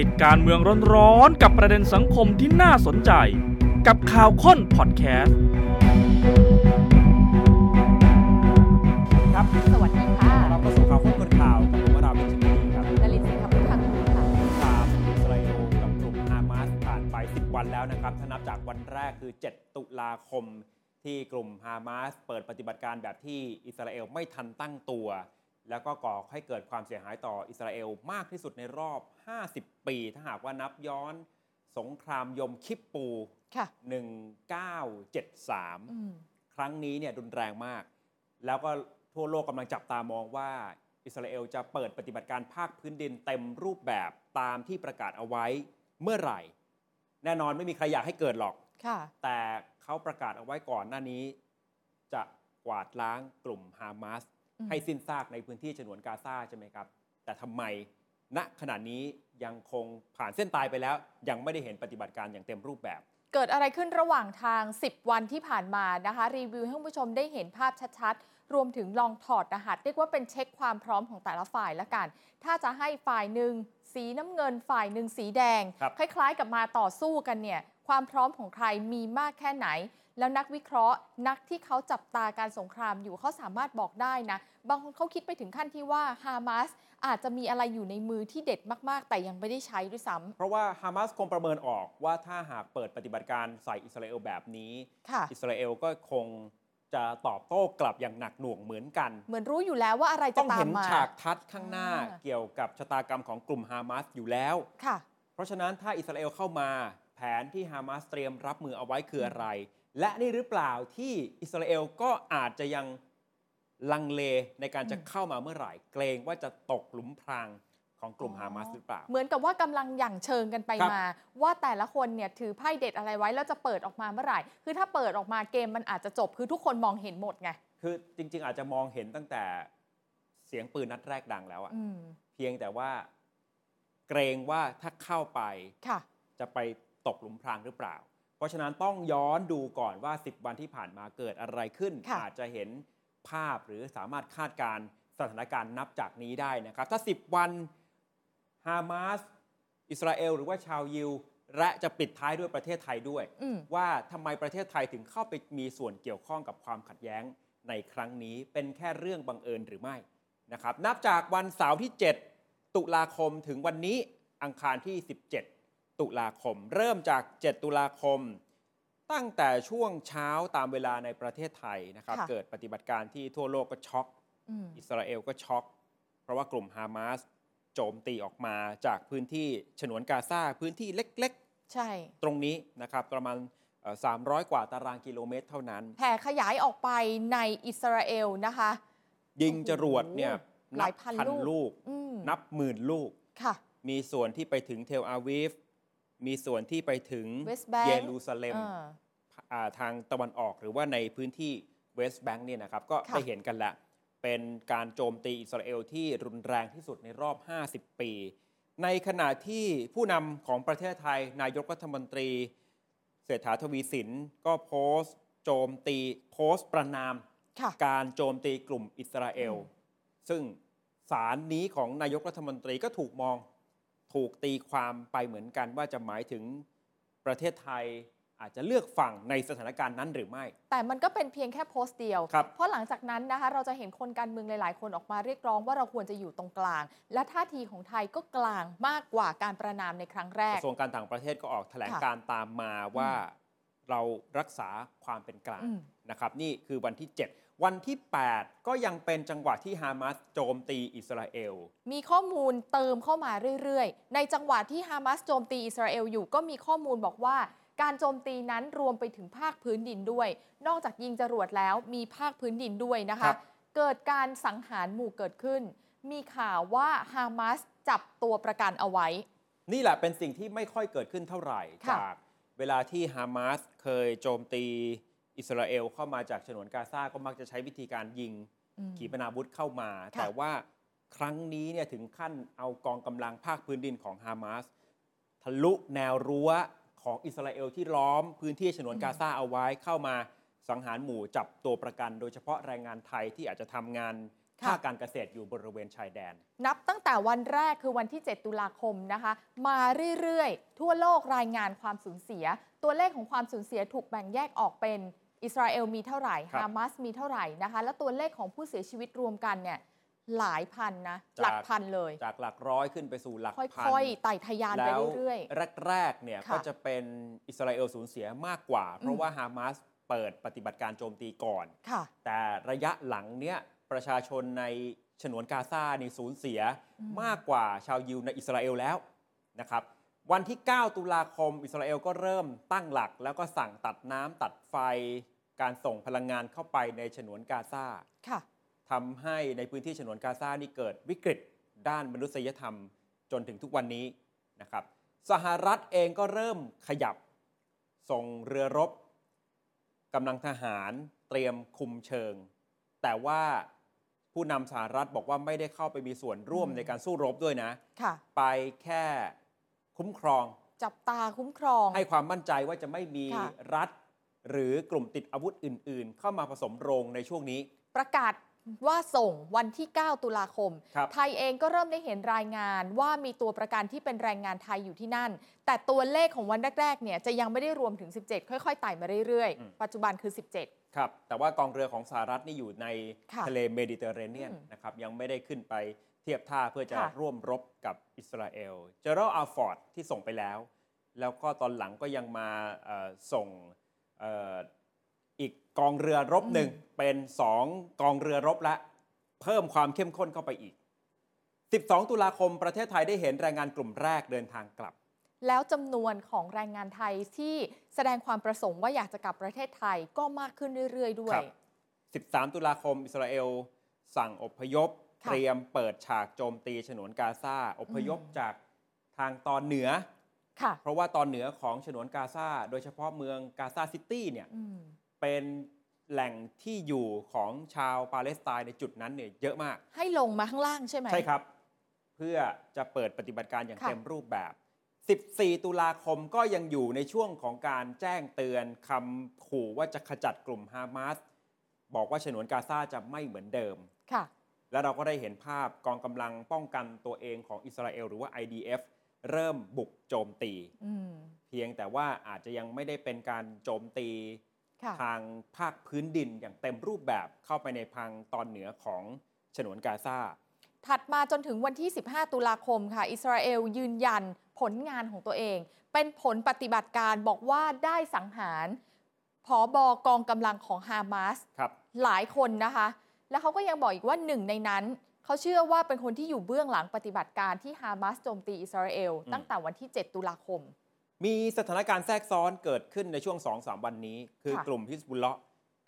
ติดการเมืองร้อนๆกับประเด็นสังคมที่น่าสนใจ กับข่าวค้นพอดแคสต์ ครับข สวัสดีค่ะ อรับเข้าสู่ข่าวค้นคนข่าวกับผมวราวิชนีครับ นลินสิงห์คำพุทธังคุณค่ะ ตามอิสราเอลกับกลุ่มฮามาสผ่านไป 10 วันแล้วนะครับ ถ้านับจากวันแรกคือ 7 ตุลาคม ที่กลุ่มฮามาสเปิดปฏิบัติการแบบที่อิสราเอลไม่ทันตั้งตัว แล้วก็ก่อให้เกิดความเสียหายต่ออิสราเอลมากที่สุดในรอบ 50 ปี ถ้าหากว่านับย้อนสงครามยมคิปปู ค่ะ 1973 อืม ครั้งนี้เนี่ยรุนแรงมาก แล้วก็ทั่วโลกกำลังจับตามองว่าอิสราเอลจะเปิดปฏิบัติการภาคพื้นดินเต็มรูปแบบตามที่ประกาศเอาไว้เมื่อไหร่ แน่นอนไม่มีใครอยากให้เกิดหรอก ค่ะ แต่เขาประกาศเอาไว้ก่อนหน้านี้ จะกวาดล้างกลุ่มฮามาส อืม ให้สิ้นซากในพื้นที่ฉนวนกาซาใช่ไหมครับ แต่ทำไมณขณะนี้ยังคงผ่านเส้นตายไปแล้ว ยังไม่ได้เห็นปฏิบัติการอย่างเต็มรูปแบบ เกิดอะไรขึ้นระหว่างทาง 10 วันที่ผ่านมานะคะ รีวิวให้คุณผู้ชมได้เห็นภาพชัดๆ รวมถึงลองถอดรหัส เรียกว่าเป็นเช็คความพร้อมของแต่ละฝ่ายละกัน ถ้าจะให้ฝ่ายหนึ่งสีน้ำเงินฝ่ายหนึ่งสีแดง ครับ คล้ายๆกับมาต่อสู้กันเนี่ย ความพร้อมของใครมีมากแค่ไหน แล้วนักวิเคราะห์ นักที่เขาจับตาการสงครามอยู่เขาสามารถบอกได้นะ บางคนเขาคิดไปถึงขั้นที่ว่าฮามาสอาจจะมีอะไรอยู่ในมือที่เด็ดมากๆ แต่ยังไม่ได้ใช้ด้วยซ้ำ เพราะว่าฮามาสคงประเมินออกว่าถ้าหากเปิดปฏิบัติการใส่อิสราเอลแบบนี้ ค่ะ อิสราเอลก็คงจะตอบโต้กลับอย่างหนักหน่วงเหมือนกัน เหมือนรู้อยู่แล้วว่าอะไรจะ ต้อง ตา เห็ ม น มา ฉากทัดข้างหน้า อ่า เกี่ยวกับชะตากรรมของกลุ่มฮามาสอยู่แล้ว ค่ะ เพราะฉะนั้นถ้าอิสราเอลเข้ามาแผนที่ฮามาสเตรียมรับมือเอาไว้คืออะไร และนี่หรือเปล่าที่อิสราเอลก็อาจจะยังลังเลในการจะ อืม เข้ามาเมื่อไหร่ เกรงว่าจะตกหลุมพรางของกลุ่มฮามาสหรือเปล่า เหมือนกับว่ากำลังหยั่งเชิงกันไป ครับ มา ว่าแต่ละคนเนี่ยถือไพ่เด็ดอะไรไว้แล้วจะเปิดออกมาเมื่อไหร่ คือถ้าเปิดออกมาเกมมันอาจจะจบ คือทุกคนมองเห็นหมดไง คือจริง ๆ อาจจะมองเห็นตั้งแต่เสียงปืนนัดแรกดังแล้วอะ อืม เพียงแต่ว่า เกรงว่าถ้าเข้าไป ค่ะ จะไปตกหลุมพรางหรือเปล่า เพราะฉะนั้นต้องย้อนดูก่อนว่า 10 วันที่ผ่านมาเกิดอะไรขึ้น ค่ะ อาจจะเห็นภาพหรือสามารถคาดการณ์สถานการณ์นับจากนี้ได้นะครับ ถ้า 10 วันฮามาสอิสราเอลหรือว่าชาวยิว และจะปิดท้ายด้วยประเทศไทยด้วย อืม ว่าทำไมประเทศไทยถึงเข้าไปมีส่วนเกี่ยวข้องกับความขัดแย้งในครั้งนี้เป็นแค่เรื่องบังเอิญหรือไม่นะครับ นับจากวันเสาร์ที่ 7 ตุลาคมถึงวันนี้อังคารที่ 17 ตุลาคม เริ่มจาก 7 ตุลาคม ตั้งแต่ช่วงเช้าตามเวลาในประเทศไทยนะครับ เกิดปฏิบัติการที่ทั่วโลกก็ช็อก อืม อิสราเอลก็ช็อก เพราะว่ากลุ่มฮามาสโจมตีออกมาจากพื้นที่ฉนวนกาซาพื้นที่เล็ก ๆ ใช่ ตรงนี้นะครับประมาณเอ่อ300 กว่าตารางกิโลเมตรเท่านั้น แผ่ขยายออกไปในอิสราเอลนะคะ ยิงจรวดเนี่ย หลายพันลูก ลูก อืม นับหมื่นลูก ค่ะ มีส่วนที่ไปถึงเทลอาวีฟมีส่วนที่ไปถึง West Bank เยรูซาเล็ม อ่า อ่าทางตะวันออกหรือว่าในพื้นที่เวสต์แบงค์เนี่ยนะครับ ก็ ค่ะ ได้เห็นกันละเป็นการโจมตีอิสราเอลที่รุนแรงที่สุดในรอบ 50 ปี ในขณะที่ผู้นำของประเทศไทย นายกรัฐมนตรี เศรษฐาทวีสินก็โพสต์ โจมตีโพสต์ประนาม ค่ะ การโจมตีกลุ่มอิสราเอล อืม ซึ่งสารนี้ของนายกรัฐมนตรีก็ถูกมองถูกตีความไปเหมือนกันว่าจะหมายถึงประเทศไทยอาจจะเลือกฝั่งในสถานการณ์นั้นหรือไม่ แต่มันก็เป็นเพียงแค่โพสต์เดียว ครับ เพราะหลังจากนั้นนะคะเราจะเห็นคนการเมืองหลาย ๆ คนออกมาเรียกร้องว่าเราควรจะอยู่ตรงกลาง และท่าทีของไทยก็กลางมากกว่าการประนามในครั้งแร ก ก ระทรวงการต่างประเทศก็ออกแถลงการตามมาว่าเรารักษาความเป็นกลาง อืม นะครับ นี่คือวันที่ 7 วันที่ 8 ก็ยังเป็นจังหวะที่ฮามาสโจมตีอิสราเอล มีข้อมูลเติมเข้ามาเรื่อย ๆ ในจังหวะที่ฮามาสโจมตีอิสราเอลอยู่ก็มีข้อมูลบอกว่า การโจมตีนั้นรวมไปถึงภาคพื้นดินด้วย นอกจากยิงจรวดแล้วมีภาคพื้นดินด้วยนะ ครั คะ บ เกิดการสังหารหมู่เกิดขึ้น มีข่าวว่าฮามาสจับตัวประกันเอาไว้ นี่แหละเป็นสิ่งที่ไม่ค่อยเกิดขึ้นเท่าไหร่ ค่ะ จากเวลาที่ฮามาสเคยโจมตีอิสราเอลเข้ามาจากฉนวนกาซาก็มักจะใช้วิธีการยิง อืม ขีปนาวุธเข้ามา แต่ว่าครั้งนี้เนี่ยถึงขั้นเอากองกำลังภาคพื้นดินของฮามาสทะลุแนวรั้วของอิสราเอลที่ล้อมพื้นที่ฉนวน อืม กาซาเอาไว้เข้ามาสังหารหมู่จับตัวประกัน โดยเฉพาะแรงงานไทยที่อาจจะทำงาน ค่ะ ภาคการเกษตรอยู่บริเวณชายแดน นับตั้งแต่วันแรกคือวันที่ 7 ตุลาคมนะคะ มาเรื่อยๆ ทั่วโลกรายงานความสูญเสีย ตัวเลขของความสูญเสียถูกแบ่งแยกออกเป็นอิสราเอลมีเท่าไหร่ ครับ ฮามาสมีเท่าไหร่นะคะ และตัวเลขของผู้เสียชีวิตรวมกันเนี่ยหลายพันนะ หลักพันเลย จากหลักร้อยขึ้นไปสู่หลัก ค่ พัน อยๆไต่ทะยานไป แล้ว เรื่อย แรกๆ เนี่ย ค่ะ ก็จะเป็นอิสราเอลสูญเสียมากกว่า เพ อื ราะ ม ว่าฮามาสเปิดปฏิบัติการโจมตีก่อน ๆ ค่ะ แต่ระยะหลังเนี่ยประชาชนในฉนวนกาซานี่สูญเสีย อืม มากกว่าชาวยิวในอิสราเอลแล้วนะครับ วันที่ 9 ตุลาคมอิสราเอลก็เริ่มตั้งหลัก แล้วก็สั่งตัดน้ำตัดไฟ การส่งพลังงานเข้าไปในฉนวนกาซา ค่ะ ทำให้ในพื้นที่ฉนวนกาซานี่เกิดวิกฤตด้านมนุษยธรรมจนถึงทุกวันนี้นะครับ สหรัฐเองก็เริ่มขยับ ส่งเรือรบกำลังทหารเตรียมคุมเชิง แต่ว่าผู้นำสหรัฐบอกว่าไม่ได้เข้าไปมีส่วนร่วม อืม ในการสู้รบด้วยนะ ค่ะ ไปแค่คุ้มครอง จับตาคุ้มครอง ให้ความมั่นใจว่าจะไม่มี ค่ะ รัฐ หรือกลุ่มติดอาวุธอื่น ๆ เข้ามาผสมโรงในช่วงนี้ ประกาศว่าส่งวันที่ 9 ตุลาคม ครับ ไทยเองก็เริ่มได้เห็นรายงานว่ามีตัวประกันที่เป็นแรงงานไทยอยู่ที่นั่น แต่ตัวเลขของวันแรก ๆ เนี่ยจะยังไม่ได้รวมถึง 17 ค่อย ๆ ไต่มาเรื่อย อืม ๆ ปัจจุบันคือ 17 ครับ แต่ว่ากองเรือของสหรัฐนี่อยู่ใน ค่ะ ทะเลเมดิเตอร์เรเนียน อืม นะครับ ยังไม่ได้ขึ้นไปเทียบท่าเพื่อจะ ค่ะ ร่วมรบกับอิสราเอล เจอรัลอาฟอร์ดที่ส่งไปแล้ว แล้วก็ตอนหลังก็ยังมาเอ่อส่งเอ่ออีกกองเรือรบหนึ่งเป็น 2 กองเรือรบละ เพิ่มความเข้มข้นเข้าไปอีก 12 ตุลาคมประเทศไทยได้เห็นแรงงานกลุ่มแรกเดินทางกลับ แล้วจำนวนของแรงงานไทยที่แสดงความประสงค์ว่าอยากจะกลับประเทศไทยก็มากขึ้นเรื่อย ๆ ด้วย ครับ13 ตุลาคม อิสราเอล สั่งอพยพ ค่ะ เตรียมเปิดฉากโจมตีฉนวนกาซาอพยพ อืม จากทางตอนเหนือ ค่ะ เพราะว่าตอนเหนือของฉนวนกาซาโดยเฉพาะเมืองกาซาซิตี้เนี่ย อืม เป็นแหล่งที่อยู่ของชาวปาเลสไตน์ในจุดนั้นเนี่ยเยอะมาก ให้ลงมาข้างล่างใช่ไหม ใช่ครับ เพื่อจะเปิดปฏิบัติการอย่าง ค่ะ เต็มรูปแบบ 14 ตุลาคมก็ยังอยู่ในช่วงของการแจ้งเตือนคำขู่ว่าจะขจัดกลุ่มฮามาสบอกว่าฉนวนกาซาจะไม่เหมือนเดิม ค่ะ และเราก็ได้เห็นภาพกองกำลังป้องกันตัวเองของอิสราเอลหรือว่า IDF เริ่มบุกโจมตี อืม เพียงแต่ว่าอาจจะยังไม่ได้เป็นการโจมตี ค่ะ ทางภาคพื้นดินอย่างเต็มรูปแบบเข้าไปในพังตอนเหนือของฉนวนกาซา ถัดมาจนถึงวันที่ 15 ตุลาคมค่ะ อิสราเอลยืนยันผลงานของตัวเอง เป็นผลปฏิบัติการบอกว่าได้สังหารผอบกองกำลังของฮามาส ครับ หลายคนนะคะ แล้วเขาก็ยังบอกอีกว่าหนึ่งในนั้น เขาเชื่อว่าเป็นคนที่อยู่เบื้องหลังปฏิบัติการที่ฮามาสโจมตีอิสราเอล อืม ตั้งแต่วันที่ 7 ตุลาคม มีสถานการณ์แทรกซ้อนเกิดขึ้นในช่วง 2-3 วันนี้ คือ ค่ะ กลุ่มฮิสบุลเลาะห์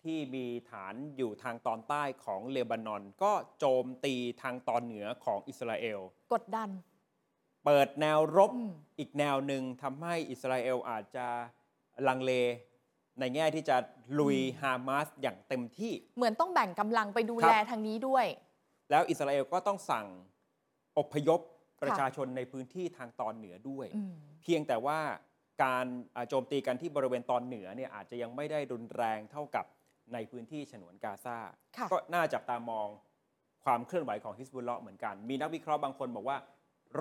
ที่มีฐานอยู่ทางตอนใต้ของเลบานอน ก็โจมตีทางตอนเหนือของอิสราเอล กดดัน เปิดแนวรบ อืม อีกแนวหนึ่งทำให้อิสราเอลอาจจะลังเล ในแง่ที่จะลุยฮามาสอย่างเต็มที่ เหมือนต้องแบ่งกำลังไปดู ครับ แลทางนี้ด้วย แล้วอิสราเอลก็ต้องสั่งอพยพประ ค่ะ ชาชนในพื้นที่ทางตอนเหนือด้วย อืม เพียงแต่ว่าการอ่าโจมตีกันที่บริเวณตอนเหนือเนี่ยอาจจะยังไม่ได้รุนแรงเท่ากับในพื้นที่ฉนวนกาซา ค่ะ ก็น่าจับตามองความเคลื่อนไหวของฮิสบุลเลาะห์เหมือนกัน มีนักวิเคราะห์บางคนบอกว่า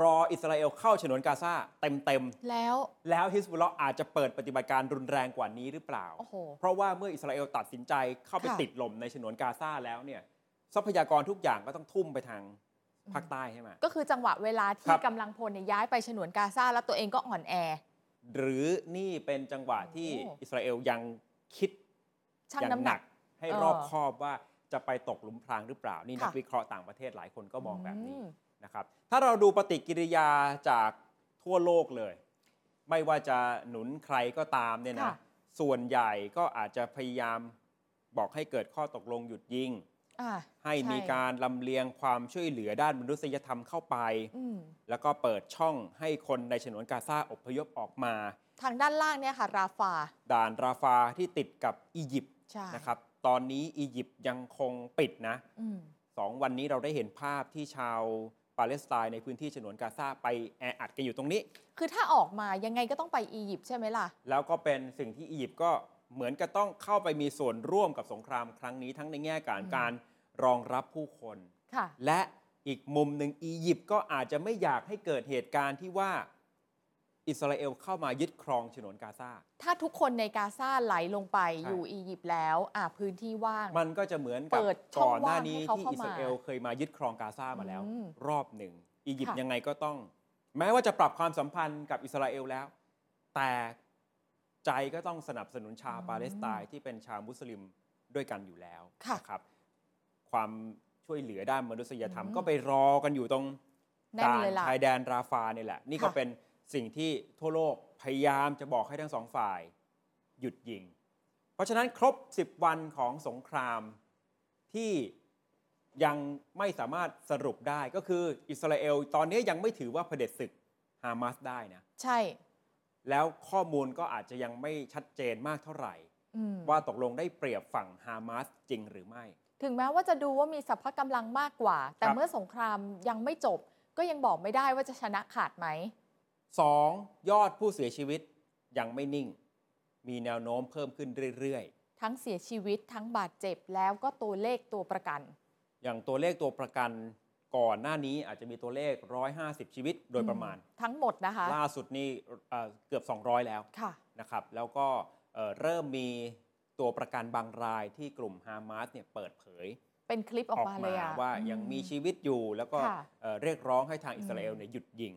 รออิสราเอลเข้าฉนวนกาซาเต็ม แล้ว ๆ แล้วฮิสบุลเลาะห์อาจจะเปิดปฏิบัติการรุนแรงกว่านี้หรือเปล่า โอ้โห เพราะว่าเมื่ออิสราเอลตัดสินใจเข้าไป ค่ะ ติดลมในฉนวนกาซาแล้วเนี่ยทรัพยากรทุกอย่างก็ต้องทุ่มไปทางภาคใต้ใช่ไหม ก็คือจังหวะเวลา ครั ที่ บ กำลังพลเนี่ยย้ายไปฉนวนกาซาแล้วตัวเองก็อ่อนแอ หรือนี่เป็นจังหวะที่ โอ้ อิสราเอลยังคิด ชั่ง อย่าง น้ำห ห นั นั ก กให้ เออ รอบคอบว่าจะไปตกหลุมพรางหรือเปล่า นี่นัก ค่ะ วิเคราะห์ต่างประเทศหลายคนก็มองแบบนี้ ม นะครับ ถ้าเราดูปฏิกิริยาจากทั่วโลกเลย ไม่ว่าจะหนุนใครก็ตามเนี่ยนะ ค่ะ ส่วนใหญ่ก็อาจจะพยายามบอกให้เกิดข้อตกลงหยุดยิง อ่า ให้มี ช่ การลำเลียงความช่วยเหลือด้านมนุษยธรรมเข้าไป อืม แล้วก็เปิดช่องให้คนในฉนวนกาซาอพยพออกมา ทางด้านล่างเนี่ยค่ะ ราฟา ด่านราฟาที่ติดกับอียิปต์ ใช่ นะครับ ตอนนี้อียิปต์ยังคงปิดนะ อืม สองวันนี้เราได้เห็นภาพที่ชาวปาเลสไตน์ในพื้นที่ฉนวนกาซาไปแออัดกันอยู่ตรงนี้ คือถ้าออกมายังไงก็ต้องไปอียิปต์ใช่ไหมล่ะ แล้วก็เป็นสิ่งที่อียิปต์ก็เหมือนกับต้องเข้าไปมีส่วนร่วมกับสงครามครั้งนี้ทั้งในแง่การ อืม การรองรับผู้คน ค่ะ และอีกมุมหนึ่งอียิปต์ก็อาจจะไม่อยากให้เกิดเหตุการณ์ที่ว่าอิสราเอลเข้ามายึดครองฉนวนกาซา ถ้าทุกคนในกาซาไหลลงไป ใช่ อยู่อียิปต์แล้วอ่ะพื้นที่ว่าง มันก็จะเหมือนกับ เปิดช่อง ก่อนหน้า ว่างให้ นี้ เขา ที่ เข้า อิสราเอลเคยมายึดครองกาซามาแล้ว อืม รอบหนึ่ง อียิปต์ ค่ะ ยังไงก็ต้อง แม้ว่าจะปรับความสัมพันธ์กับอิสราเอลแล้ว แต่ใจก็ต้องสนับสนุนชาวปาเลสไตน์ที่เป็นชาวมุสลิมด้วยกันอยู่แล้ว ค่ะ นะครับ ความช่วยเหลือด้านมนุษยธรรม อืม ก็ไปรอกันอยู่ตรง แน่น ด่าน เลยล่ะ ชายแดนราฟาเนี่ยแหละ นี่ก็ ค่ะ เป็นสิ่งที่ทั่วโลกพยายามจะบอกให้ทั้งสองฝ่าย หยุดยิง เพราะฉะนั้นครบ 10 วันของสงครามที่ยังไม่สามารถสรุปได้ก็คืออิสราเอลตอนนี้ยังไม่ถือว่าเผด็จศึกฮามาสได้นะ ใช่ แล้วข้อมูลก็อาจจะยังไม่ชัดเจนมากเท่าไหร่ อืม ว่าตกลงได้เปรียบฝั่งฮามาสจริงหรือไม่ ถึงแม้ว่าจะดูว่ามีสัพพะกำลังมากกว่า แต่ ครับ เมื่อสงครามยังไม่จบ ก็ยังบอกไม่ได้ว่าจะชนะขาดไหม 2. ยอดผู้เสียชีวิตยังไม่นิ่ง มีแนวโน้มเพิ่มขึ้นเรื่อย ๆ ทั้งเสียชีวิตทั้งบาดเจ็บแล้วก็ตัวเลขตัวประกัน อย่างตัวเลขตัวประกันก่อนหน้านี้อาจจะมีตัวเลข 150 ชีวิตโดยประมาณ ทั้งหมดนะคะ ล่าสุดนี่เอ่อเกือบ 200 แล้ว ค่ะ นะครับ แล้วก็เอ่อเริ่มมีตัวประกันบางรายที่กลุ่มฮามาสเนี่ยเปิดเผย เป็นคลิปออกมาเลยอะ ว่า อื ยังมีชีวิตอยู่แล้วก็ ค่ะ เอ่อเรียกร้องให้ทางอิสราเอล อืม เนี่ยหยุดยิง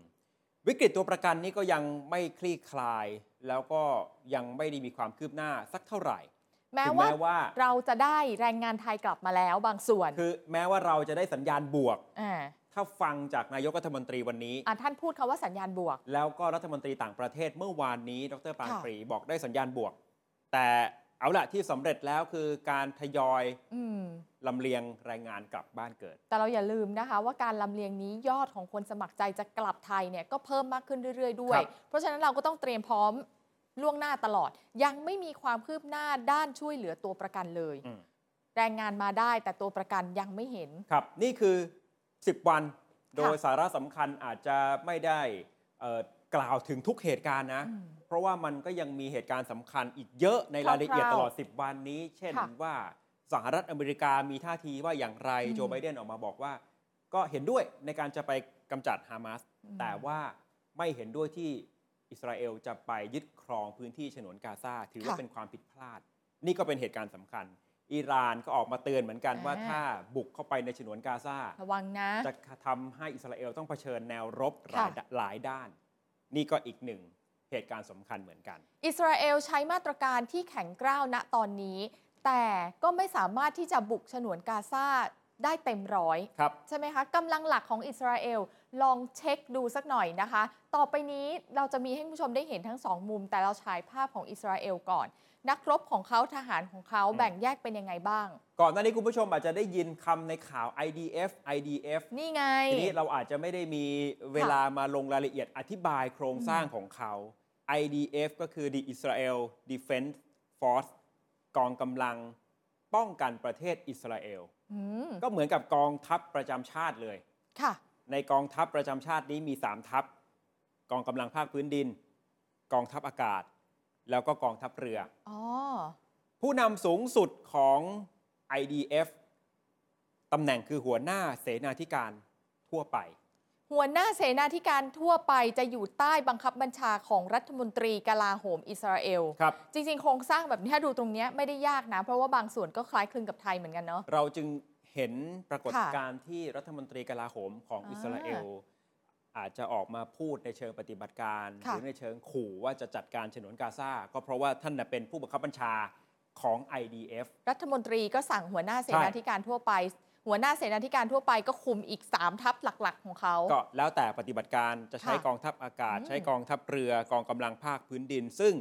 วิกฤตตัวประกันนี่ก็ยังไม่คลี่คลาย แล้วก็ยังไม่ได้มีความคืบหน้าสักเท่าไหร่ แม้ ถึง ว่า แม้ว่า เราจะได้แรงงานไทยกลับมาแล้วบางส่วน คือแม้ว่าเราจะได้สัญญาณบวก อ่า ถ้าฟังจากนายกรัฐมนตรีวันนี้ อ่ะท่านพูดคาว่าสัญญาณบวก แล้วก็รัฐมนตรีต่างประเทศเมื่อวานนี้ ดรปาน ค่ะ ปรีบอกได้สัญญาณบวก แต่เอาละที่สำเร็จแล้วคือการทยอย อืม ลำเลียงแรงงานกลับบ้านเกิด แต่เราอย่าลืมนะคะว่าการลำเลียงนี้ยอดของคนสมัครใจจะกลับไทยเนี่ยก็เพิ่มมากขึ้นเรื่อย ๆ ด้วย ครับ เพราะฉะนั้นเราก็ต้องเตรียมพร้อมล่วงหน้าตลอด ยังไม่มีความคืบหน้าด้านช่วยเหลือตัวประกันเลย อืม แรงงานมาได้แต่ตัวประกันยังไม่เห็น ครับ นี่คือ 10 วัน โดย ค่ะ สาระสำคัญอาจจะไม่ได้เอ่อกล่าวถึงทุกเหตุการณ์นะ อืม เพราะว่ามันก็ยังมีเหตุการณ์สำคัญอีกเยอะในรายละเอียด คร่าวๆ ตลอด 10 วันนี้ เช่น ค่ะ ว่าสหรัฐอเมริกามีท่าทีว่าอย่างไร อืม โจไบเดนออกมาบอกว่า ก็เห็นด้วยในการจะไปกำจัดฮามาส แต่ว่าไม่เห็นด้วยที่อิสราเอลจะไปยึดครองพื้นที่ฉนวนกาซาถือว่า ค่ะ เป็นความผิดพลาด นี่ก็เป็นเหตุการณ์สำคัญ อิหร่านก็ออกมาเตือนเหมือนกัน อ่า ว่าถ้าบุกเข้าไปในฉนวนกาซา ระวังนะ จะทำให้อิสราเอลต้องเผชิญแนวรบหลาย ค่ะ หลายด้าน นี่ก็อีกหนึ่งเหตุการณ์สำคัญเหมือนกัน อิสราเอลใช้มาตรการที่แข็งกร้าวณตอนนี้ แต่ก็ไม่สามารถที่จะบุกฉนวนกาซาได้เต็มร้อย ครับ ใช่ไหมคะกำลังหลักของอิสราเอลลองเช็คดูสักหน่อยนะคะ ต่อไปนี้เราจะมีให้คุณผู้ชมได้เห็นทั้งสองมุม แต่เราฉายภาพของอิสราเอลก่อน นักรบของเขาทหารของเขา อืม แบ่งแยกเป็นยังไงบ้าง ก่อนหน้านี้คุณผู้ชมอาจจะได้ยินคำในข่าว IDF IDF นี่ไง ทีนี้เราอาจจะไม่ได้มีเวลามาลงรายละเอียดอธิบายโครงสร้างของเขา IDF ก็คือ the Israel Defense Force กองกำลังป้องกันประเทศอิสราเอล อืม ก็เหมือนกับกองทัพประจำชาติเลย ค่ะ ในกองทัพประจำชาตินี้มี 3 ทัพ กองกำลังภาคพื้นดิน กองทัพอากาศ แล้วก็กองทัพเรือ อ๋อ ผู้นำสูงสุดของ IDF ตำแหน่งคือหัวหน้าเสนาธิการทั่วไป หัวหน้าเสนาธิการทั่วไปจะอยู่ใต้บังคับบัญชาของรัฐมนตรีกลาโหมอิสราเอล ครับ จริง ๆ โครงสร้างแบบนี้ถ้าดูตรงเนี้ยไม่ได้ยากนะ เพราะว่าบางส่วนก็คล้ายคลึงกับไทยเหมือนกันเนาะ เราจึงเห็นปรากฏ ค่ะ การณ์ที่รัฐมนตรีกลาโหมของ อ่า อิสราเอล อาจจะออกมาพูดในเชิงปฏิบัติการ ห ค่ะ รือในเชิงขู่ว่าจะจัดการฉนวนกาซาก็เพราะว่าท่านน่ะเป็นผู้บังคับบัญชาของ IDF รัฐมนตรีก็สั่งหัวหน้าเสนาธิการทั่วไป หัวหน้าเสนาธิการทั่วไปก็คุมอีก 3 ทัพหลัก ๆ ของเขา ก็แล้วแต่ปฏิบัติการจะใช้ ค่ะ กองทัพอากาศ อืม ใช้กองทัพเรือกองกำลังภาคพื้นดิน ซึ่ง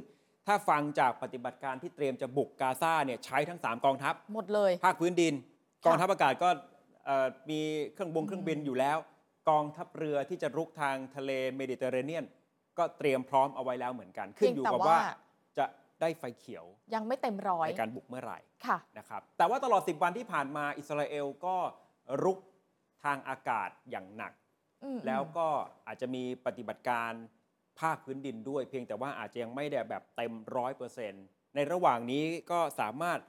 ถ้าฟังจากปฏิบัติการที่เตรียมจะบุกกาซาเนี่ยใช้ทั้งสามกองทัพ หมดเลย ภาคพื้นดิน กองทัพอากาศก็เอ่อมีเครื่องบงเครื่องบินอยู่แล้ว กองทัพเรือที่จะรุกทางทะเลเมดิเตอร์เรเนียน ก็เตรียมพร้อมเอาไว้แล้วเหมือนกัน ขึ้นอยู่กับ เพียงแต่ว่า ว่าจะได้ไฟเขียว ยังไม่เต็มร้อย ในการบุกเมื่อไหร่ ค่ะ นะครับ แต่ว่าตลอด 10 วันที่ผ่านมาอิสราเอลก็รุกทางอากาศอย่างหนัก อืม แล้วก็อาจจะมีปฏิบัติการภาคพื้นดินด้วย เพียงแต่ว่าอาจจะยังไม่ได้แบบเต็มร้อยเปอร์เซ็นในระหว่างนี้ก็สามารถ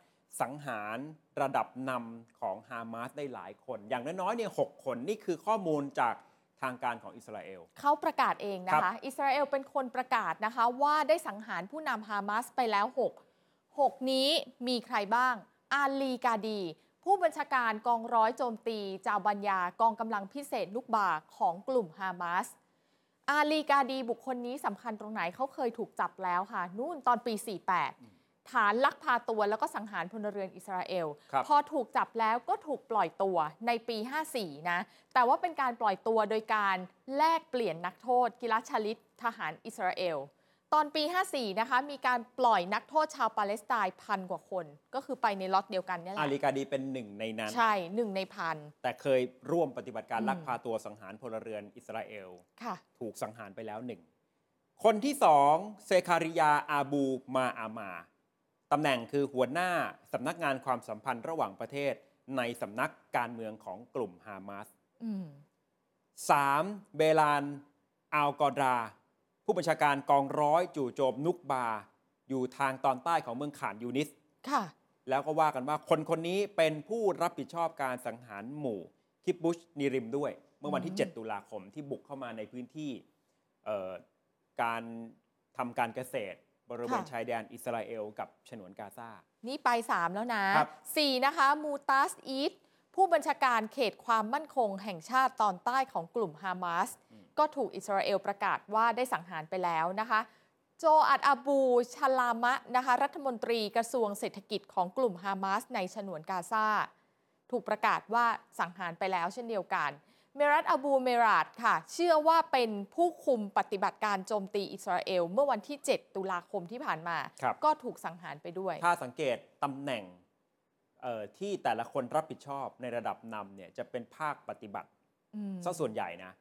สังหารระดับนำของฮามาสได้หลายคน อย่างน้อยๆเนี่ยหกคนนี่คือข้อมูลจากทางการของอิสราเอล เขาประกาศเองนะ ครั คะ บ อิสราเอลเป็นคนประกาศนะคะว่าได้สังหารผู้นำฮามาสไปแล้ว 6 6 นี้มีใครบ้าง อาลีกาดี ผู้บัญชาการกองร้อยโจมตีจาบัญญากองกำลังพิเศษลูกบาของกลุ่มฮามาส อาลีกาดีบุคคลนี้สำคัญตรงไหนเขาเคยถูกจับแล้วค่ะ นู่นตอนปี 48 ฐานลักพาตัวแล้วก็สังหารพลเรือนอิสราเอล ครับ พอถูกจับแล้วก็ถูกปล่อยตัวในปี 54 นะ แต่ว่าเป็นการปล่อยตัวโดยการแลกเปลี่ยนนักโทษ กิลดชลิตทหารอิสราเอล ตอนปี 54 นะคะ มีการปล่อยนักโทษชาวปาเลสไตน์พันกว่าคน ก็คือไปในล็อตเดียวกันเนี่ยแห อา ละ ลีกาดีเป็นหนึ่งในนั้น ใช่หนึ่งในพัน แต่เคยร่วมปฏิบัติการ อืม ลักพาตัวสังหารพลเรือนอิสราเอล ค่ะ ถูกสังหารไปแล้วหนึ่ง คนที่สองเซคาริยาอาบูมาอามา ตำแหน่งคือหัวหน้าสำนักงานความสัมพันธ์ระหว่างประเทศ ในสำนักการเมืองของกลุ่มฮามาส อืม สามเบลานอัลกอดรา ผู้บัญชาการกองร้อยจู่โจมนุกบา อยู่ทางตอนใต้ของเมืองข่านยูนิส ค่ะ แล้วก็ว่ากันว่าคนคนนี้เป็นผู้รับผิดชอบการสังหารหมู่คิบบุชนิริมด้วย เมื่อวันที่ อืม 7 ตุลาคมที่บุกเข้ามาในพื้นที่เอ่อการทำการเกษตร บริเวณชายแดนอิสราเอลกับฉนวนกาซา นี่ไป 3 แล้วนะ ครับ 4 นะคะ มูตัสอีทผู้บัญชาการเขตความมั่นคงแห่งชาติตอนใต้ของกลุ่มฮามาส ก็ถูกอิสราเอลประกาศว่าได้สังหารไปแล้วนะคะ โจอัดอาบูชลามะนะคะ รัฐมนตรีกระทรวงเศรษฐกิจของกลุ่มฮามาสในฉนวนกาซาถูกประกาศว่าสังหารไปแล้วเช่นเดียวกัน เมรัตอาบูเมราดค่ะ เชื่อว่าเป็นผู้คุมปฏิบัติการโจมตีอิสราเอล เมื่อวันที่ 7 ตุลาคมที่ผ่านมา ครับ ก็ถูกสังหารไปด้วย ถ้าสังเกตตำแหน่งเอ่อที่แต่ละคนรับผิดชอบในระดับนำเนี่ยจะเป็นภาคปฏิบัติ อืม ซะส่วนใหญ่นะ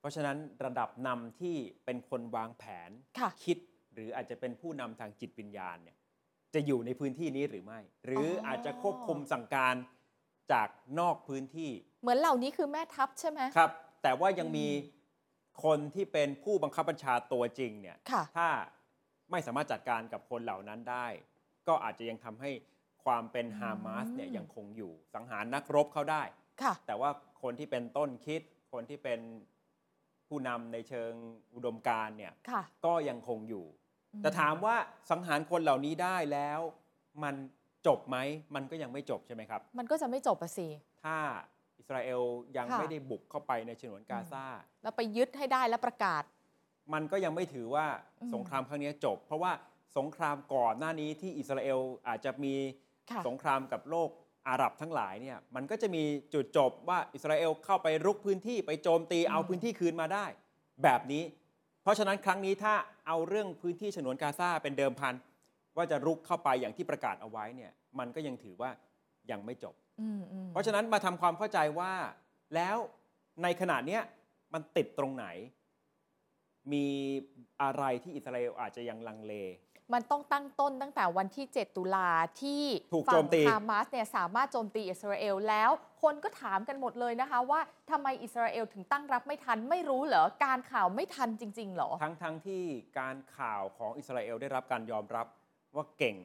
เพราะฉะนั้นระดับนำที่เป็นคนวางแผน ค่ะ คิด หรืออาจจะเป็นผู้นำทางจิตวิญญาณเนี่ยจะอยู่ในพื้นที่นี้หรือไม่ หรือออาจจะควบคุมสั่งการจากนอกพื้นที่ เหมือนเหล่านี้คือแม่ทัพใช่ไหม ครับ แต่ว่ายัง อืม มีคนที่เป็นผู้บังคับบัญชาตัวจริงเนี่ย ค่ะ ถ้าไม่สามารถจัดการกับคนเหล่านั้นได้ ก็อาจจะยังทำให้ความเป็นฮามาสเนี่ย อืม ยังคงอยู่สังหารนักรบเขาได้ ค่ะ แต่ว่าคนที่เป็นต้นคิด คนที่เป็นผู้นำในเชิงอุดมการณ์เนี่ย ค่ะ ก็ยังคงอยู่ อื แต่ถามว่าสังหารคนเหล่านี้ได้แล้ว มันจบไหมมันก็ยังไม่จบใช่ไหมครับ มันก็จะไม่จบอะสิ ถ้าอิสราเอลยัง ค่ะ ไม่ได้บุกเข้าไปในฉนวนกาซา แล้วไปยึดให้ได้แล้วประกาศ มันก็ยังไม่ถือว่า อืม สงครามครั้งนี้จบ เพราะว่าสงครามก่อนหน้านี้ที่อิสราเอลอาจจะมี ค่ะ สงครามกับโลกอาหรับทั้งหลายเนี่ยมันก็จะมีจุดจบว่าอิสราเอลเข้าไปรุกพื้นที่ไปโจมตี อืม เอาพื้นที่คืนมาได้ แบบนี้ เพราะฉะนั้นครั้งนี้ถ้าเอาเรื่องพื้นที่ฉนวนกาซาเป็นเดิมพัน ว่าจะรุกเข้าไปอย่างที่ประกาศเอาไว้เนี่ยมันก็ยังถือว่ายังไม่จบ อืมอืม เพราะฉะนั้นมาทำความเข้าใจว่า แล้วในขณะเนี้ยมันติดตรงไหน มีอะไรที่อิสราเอลอาจจะยังลังเล มันต้องตั้งต้นตั้งแต่วันที่ 7 ตุลาที่ ถูก ฝั่ โจ ง มตี ฮามาสเนี่ยสามารถโจมตีอิสราเอลแล้ว คนก็ถามกันหมดเลยนะคะ ว่าทำไมอิสราเอลถึงตั้งรับไม่ทัน ไม่รู้เหรอ การข่าวไม่ทันจริง ๆ เหรอ ทั้งทั้งที่การข่าวของอิสราเอลได้รับการยอมรับว่าเก่ง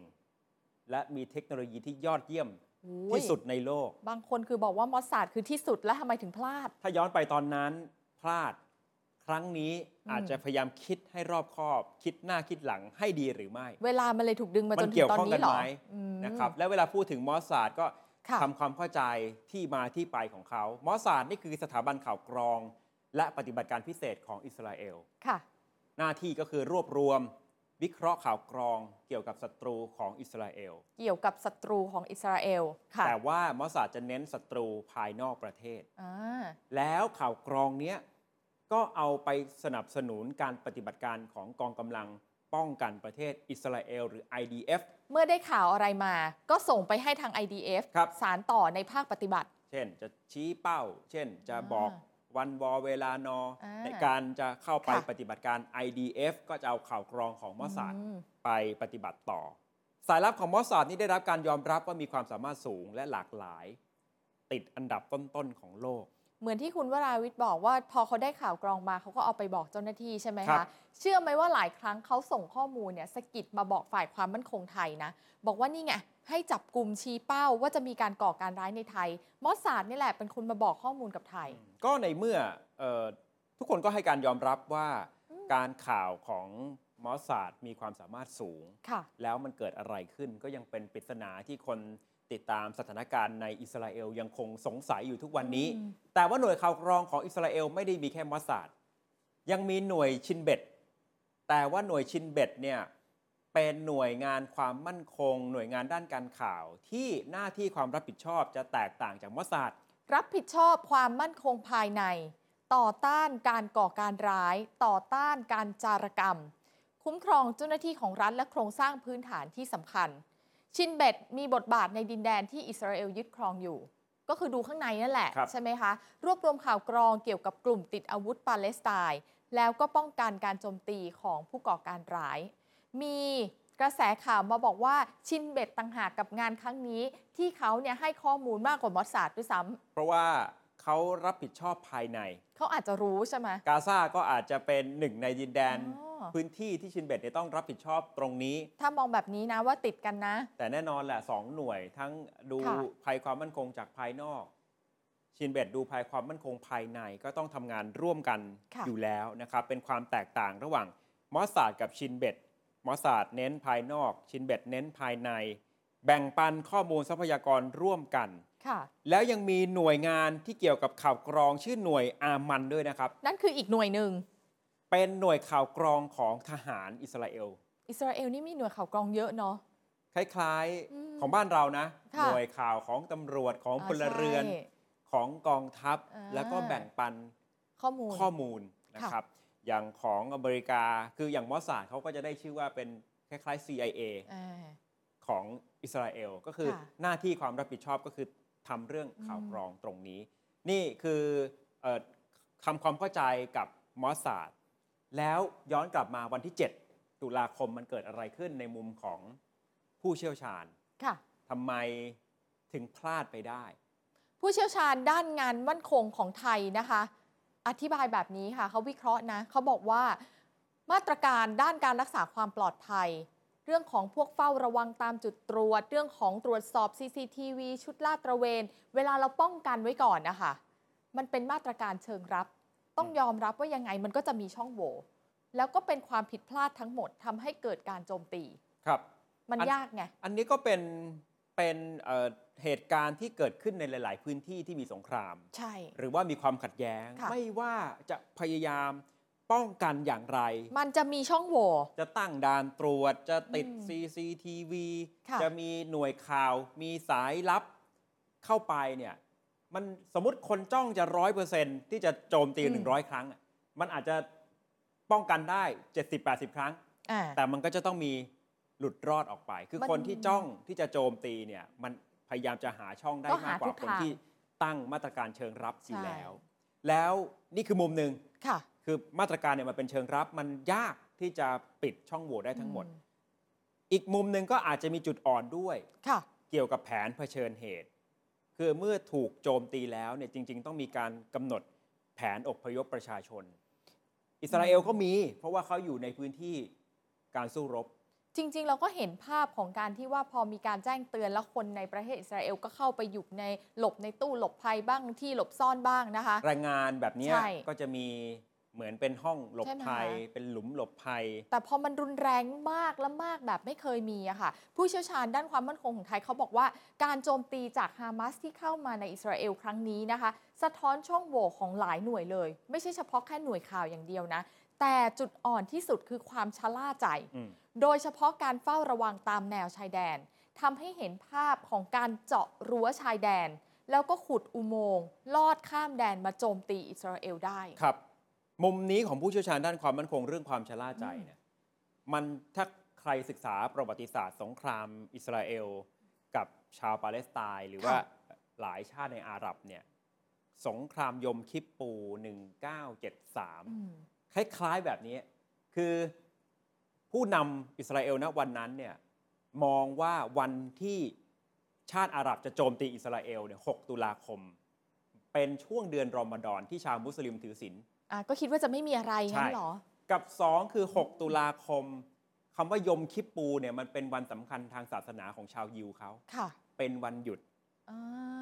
และมีเทคโนโลยีที่ยอดเยี่ยม โอ้ย ที่สุดในโลก บางคนคือบอกว่ามอสซาดคือที่สุดแล้วทำไมถึงพลาด ถ้าย้อนไปตอนนั้นพลาด ครั้งนี้ อืม อาจจะพยายามคิดให้รอบคอบ คิดหน้าคิดหลังให้ดีหรือไม่ เวลามันเลยถูกดึงมาจนถึงตอนนี้เหรอ มันเกี่ยวข้องกันไหม อืม นะครับและเวลาพูดถึงมอสซาดก็ ค่ะ ทำความเข้าใจที่มาที่ไปของเขา มอสซาดนี่คือสถาบันข่าวกรอง และปฏิบัติการพิเศษของอิสราเอล ค่ะ หน้าที่ก็คือรวบรวม วิเคราะห์ข่าวกรองเกี่ยวกับศัตรูของอิสราเอล เกี่ยวกับศัตรูของอิสราเอลค่ะ แต่ว่ามอสซาดจะเน้นศัตรูภายนอกประเทศ อ่า แล้วข่าวกรองเนี้ยก็เอาไปสนับสนุนการปฏิบัติการของกองกำลังป้องกันประเทศอิสราเอลหรือ IDF เมื่อได้ข่าวอะไรมา ก็ส่งไปให้ทาง IDF ครับ สารต่อในภาคปฏิบัติ เช่นจะชี้เป้า เช่นจะ อ่า บอกวันวอเวลานอ อ่า ในการจะเข้าไป ค่ะ ปฏิบัติการ IDF ก็จะเอาข่าวกรองของมอสซาด อืม ไปปฏิบัติต่อ สายลับของมอสซาดนี่ได้รับการยอมรับว่ามีความสามารถสูงและหลากหลาย ติดอันดับต้นๆของโลก เหมือนที่คุณวราวิทย์บอกว่าพอเขาได้ข่าวกรองมาเขาก็เอาไปบอกเจ้าหน้าที่ใช่ไหม ครั คะ บ เชื่อไหมว่าหลายครั้งเขาส่งข้อมูลเนี่ยสะกิดมาบอกฝ่ายความมั่นคงไทยนะ บอกว่านี่ไง ให้จับกลุ่มชี้เป้าว่าจะมีการก่อการร้ายในไทย มอสซาดนี่แหละเป็นคนมาบอกข้อมูลกับไทย ก็ในเมื่อเอ่อทุกคนก็ให้การยอมรับว่า อืม การข่าวของมอสซาดมีความสามารถสูง ค่ะ แล้วมันเกิดอะไรขึ้นก็ยังเป็นปริศนาที่คนติดตามสถานการณ์ในอิสราเอลยังคงสงสัยอยู่ทุกวันนี้ อืม แต่ว่าหน่วยข่าวกรองของอิสราเอลไม่ได้มีแค่มอสซาดยังมีหน่วยชินเบ็ดแต่ว่าหน่วยชินเบ็ดเนี่ยเป็นหน่วยงานความมั่นคง หน่วยงานด้านการข่าวที่หน้าที่ความรับผิดชอบจะแตกต่างจากมอสซาด รับผิดชอบความมั่นคงภายใน ต่อต้านการก่อการร้าย ต่อต้านการจารกรรม คุ้มครองเจ้าหน้าที่ของรัฐและโครงสร้างพื้นฐานที่สำคัญ ชินเบตมีบทบาทในดินแดนที่อิสราเอลยึดครองอยู่ ก็คือดูข้างในนั่นแหละ ครับ ใช่ไหมคะ รวบรวมข่าวกรองเกี่ยวกับกลุ่มติดอาวุธปาเลสไตน์แล้วก็ป้องกันการโจมตีของผู้ก่อการร้าย มีกระแสข่าวมาบอกว่าชินเบตต่างหากกับงานครั้งนี้ ที่เขาเนี่ยให้ข้อมูลมากกว่ามอสซาดด้วยซ้ำ เพราะว่าเขารับผิดชอบภายใน เขาอาจจะรู้ใช่ไหม กาซาก็อาจจะเป็นหนึ่งในดินแดน อ๋อ พื้นที่ที่ชินเบ็ดเนี่ยต้องรับผิดชอบตรงนี้ ถ้ามองแบบนี้นะว่าติดกันนะ แต่แน่นอนแหละสองหน่วยทั้งดู ค่ะ ภัยความมั่นคงจากภายนอก ชินเบ็ดดูภัยความมั่นคงภายในก็ต้องทำงานร่วมกัน ค่ะ อยู่แล้วนะครับ เป็นความแตกต่างระหว่างมอสซาดกับชินเบ็ดมอสซาดเน้นภายนอก ชินเบ็ดเน้นภายใน แบ่งปันข้อมูลทรัพยากรร่วมกัน ค่ะ แล้วยังมีหน่วยงานที่เกี่ยวกับข่าวกรองชื่อหน่วยอามันด้วยนะครับ นั่นคืออีกหน่วยหนึ่ง เป็นหน่วยข่าวกรองของทหารอิสราเอล อิสราเอลนี่มีหน่วยข่าวกรองเยอะเนาะ คล้าย อืม ๆของบ้านเรานะ ค่ะ หน่วยข่าวของตำรวจของพลเรือน ใช่ ของกองทัพ อ่า แล้วก็แบ่งปัน ข้อมูล ข้อมูลนะ ค่ะ ครับ อย่างของอเมริกาคืออย่างมอสซาดเขาก็จะได้ชื่อว่าเป็นคล้ายๆ CIA อ่า ของอิสราเอลก็คือ ค่ะ หน้าที่ความรับผิดชอบก็คือทำเรื่องข่าว อืม กรองตรงนี้ นี่คือเอ่อทำความเข้าใจกับมอสซาดแล้วย้อนกลับมาวันที่ 7 ตุลาคมมันเกิดอะไรขึ้นในมุมของผู้เชี่ยวชาญ ค่ะ ทำไมถึงพลาดไปได้ ผู้เชี่ยวชาญด้านงานมั่นคงของไทยนะคะ อธิบายแบบนี้ค่ะ เขาวิเคราะห์นะเขาบอกว่า มาตรการด้านการรักษาความปลอดภัย เรื่องของพวกเฝ้าระวังตามจุดตรวจ เรื่องของตรวจสอบ CCTV ชุดลาดตระเวน เวลาเราป้องกันไว้ก่อนนะคะมันเป็นมาตรการเชิงรับ ต้องยอมรับว่ายังไงมันก็จะมีช่องโหว่แล้วก็เป็นความผิดพลาดทั้งหมดทำให้เกิดการโจมตี ครับ มัน อัน ยากไง อันนี้ก็เป็นเป็นเอ่อเหตุการณ์ที่เกิดขึ้นในหลาย ๆ พื้นที่ที่มีสงคราม ใช่ หรือว่ามีความขัดแย้ง ค่ะ ไม่ว่าจะพยายามป้องกันอย่างไร มันจะมีช่องโหว่ จะตั้งด่านตรวจจะติด อืม CCTV ค่ะ จะมีหน่วยข่าว มีสายลับเข้าไปเนี่ยมันสมมติคนจ้องจะร้อยเปอร์เซนที่จะโจมตี อืม หนึ่งร้อยครั้งอะมันอาจจะป้องกันได้เจ็ดสิบแปดสิบครั้ง อ่า แต่มันก็จะต้องมีหลุดรอดออกไป คือ มัน คนที่จ้องที่จะโจมตีเนี่ยมันพยายามจะหาช่องได้ ก็ มา หาก กว่า ทุ ค ก น ทาง ที่ตั้งมาตรการเชิงรับอยู่ ใช่ แล้ว แล้วนี่คือมุมหนึ่ง ค่ะ คือมาตรการเนี่ยมันเป็นเชิงรับ มันยากที่จะปิดช่องโหว่ได้ทั้งหมด อืม อีกมุมหนึ่งก็อาจจะมีจุดอ่อนด้วย ค่ะ เกี่ยวกับแผนเผชิญเหตุ คือเมื่อถูกโจมตีแล้วเนี่ยจริง ๆ ต้องมีการกำหนดแผนอพยพประชาชน อิสราเอลก็มี เพราะว่าเขาอยู่ในพื้นที่การสู้รบ จริง ๆ เราก็เห็นภาพของการที่ว่าพอมีการแจ้งเตือนแล้วคนในประเทศอิสราเอลก็เข้าไปอยู่ในหลบในตู้หลบภัยบ้างที่หลบซ่อนบ้างนะคะ แรงงานแบบเนี้ย ใช่ ก็จะมีเหมือนเป็นห้องหลบ ใช่ไหม ภัย คะ เป็นหลุมหลบภัย แต่พอมันรุนแรงมากและมากแบบไม่เคยมีอะค่ะ ผู้เชี่ยวชาญด้านความมั่นคงของไทยเขาบอกว่าการโจมตีจากฮามาสที่เข้ามาในอิสราเอลครั้งนี้นะคะ สะท้อนช่องโหว่ของหลายหน่วยเลย ไม่ใช่เฉพาะแค่หน่วยข่าวอย่างเดียวนะ แต่จุดอ่อนที่สุดคือความชะล่าใจ อืม โดยเฉพาะการเฝ้าระวังตามแนวชายแดนทำให้เห็นภาพของการเจาะรั้วชายแดน แล้วก็ขุดอุโมงค์ลอดข้ามแดนมาโจมตีอิสราเอลได้ ครับ มุมนี้ของผู้เชี่ยวชาญด้านความมั่นคงเรื่องความชะล่าใจเนี่ยมันถ้าใครศึกษาประวัติศาสตร์สงครามอิสราเอล กับชาวปาเลสไตน์หรือว่า ค่ะ หลายชาติในอาหรับเนี่ยสงครามยมคิปปู 1973 อืม คล้ายๆแบบนี้ คือผู้นำอิสราเอลนะวันนั้นเนี่ยมองว่าวันที่ชาติอาหรับจะโจมตีอิสราเอลเนี่ย6ตุลาคม ไป เป็นช่วงเดือนรอมฎอนที่ชาวมุสลิมถือศีล อ่ะก็คิดว่าจะไม่มีอะไรงั้นเหรอ กับ 2 คือ 6 ตุลาคมคำว่ายมคิปปูเนี่ยมันเป็นวันสำคัญทางศาสนาของชาวยิวเขา ค่ะ เป็นวันหยุด อ่า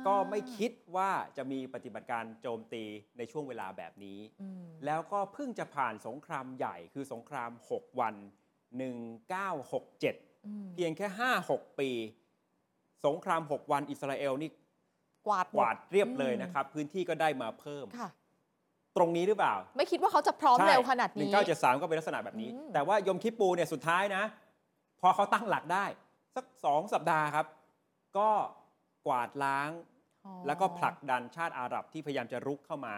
ก็ไม่คิดว่าจะมีปฏิบัติการโจมตีในช่วงเวลาแบบนี้ อืม แล้วก็เพิ่งจะผ่านสงครามใหญ่คือสงคราม 6 วัน 1967 อืม เพียงแค่ 5-6 ปี สงคราม 6 วันอิสราเอลนี่ กวาดหม กวาดเรียบเลยนะครับ พื้นที่ก็ได้มาเพิ่ม ค่ะ ตรงนี้หรือเปล่า ไม่คิดว่าเขาจะพร้อมเร็วขนาดนี้ 1973 ก็เป็นลักษณะแบบนี้ อืม แต่ว่ายมคิปปูเนี่ยสุดท้ายนะ พอเขาตั้งหลักได้ สัก 2 สัปดาห์ครับ ก็กวาดล้าง อ๋อ แล้วก็ผลักดันชาติอาหรับที่พยายามจะรุกเข้ามา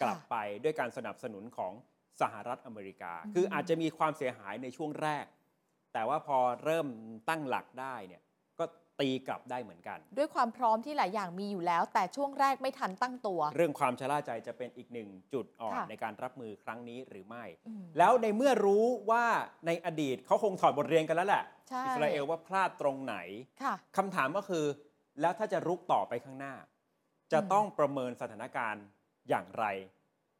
กลับไปด้วยการสนับสนุนของสหรัฐอเมริกา อืม คืออาจจะมีความเสียหายในช่วงแรก แต่ว่าพอเริ่มตั้งหลักได้เนี่ยก็ตีกลับได้เหมือนกัน ด้วยความพร้อมที่หลายอย่างมีอยู่แล้ว แต่ช่วงแรกไม่ทันตั้งตัว เรื่องความชะล่าใจจะเป็นอีกหนึ่งจุดอ่อน ค่ะ ในการรับมือครั้งนี้หรือไม่ อืม แล้วในเมื่อรู้ว่าในอดีตเขาคงถอดบทเรียนกันแล้วแหละ ใช่ อิสราเอลว่าพลาดตรงไหน ค่ะ คำถามก็คือ แล้วถ้าจะรุกต่อไปข้างหน้า จะ อืม ต้องประเมินสถานการณ์อย่างไร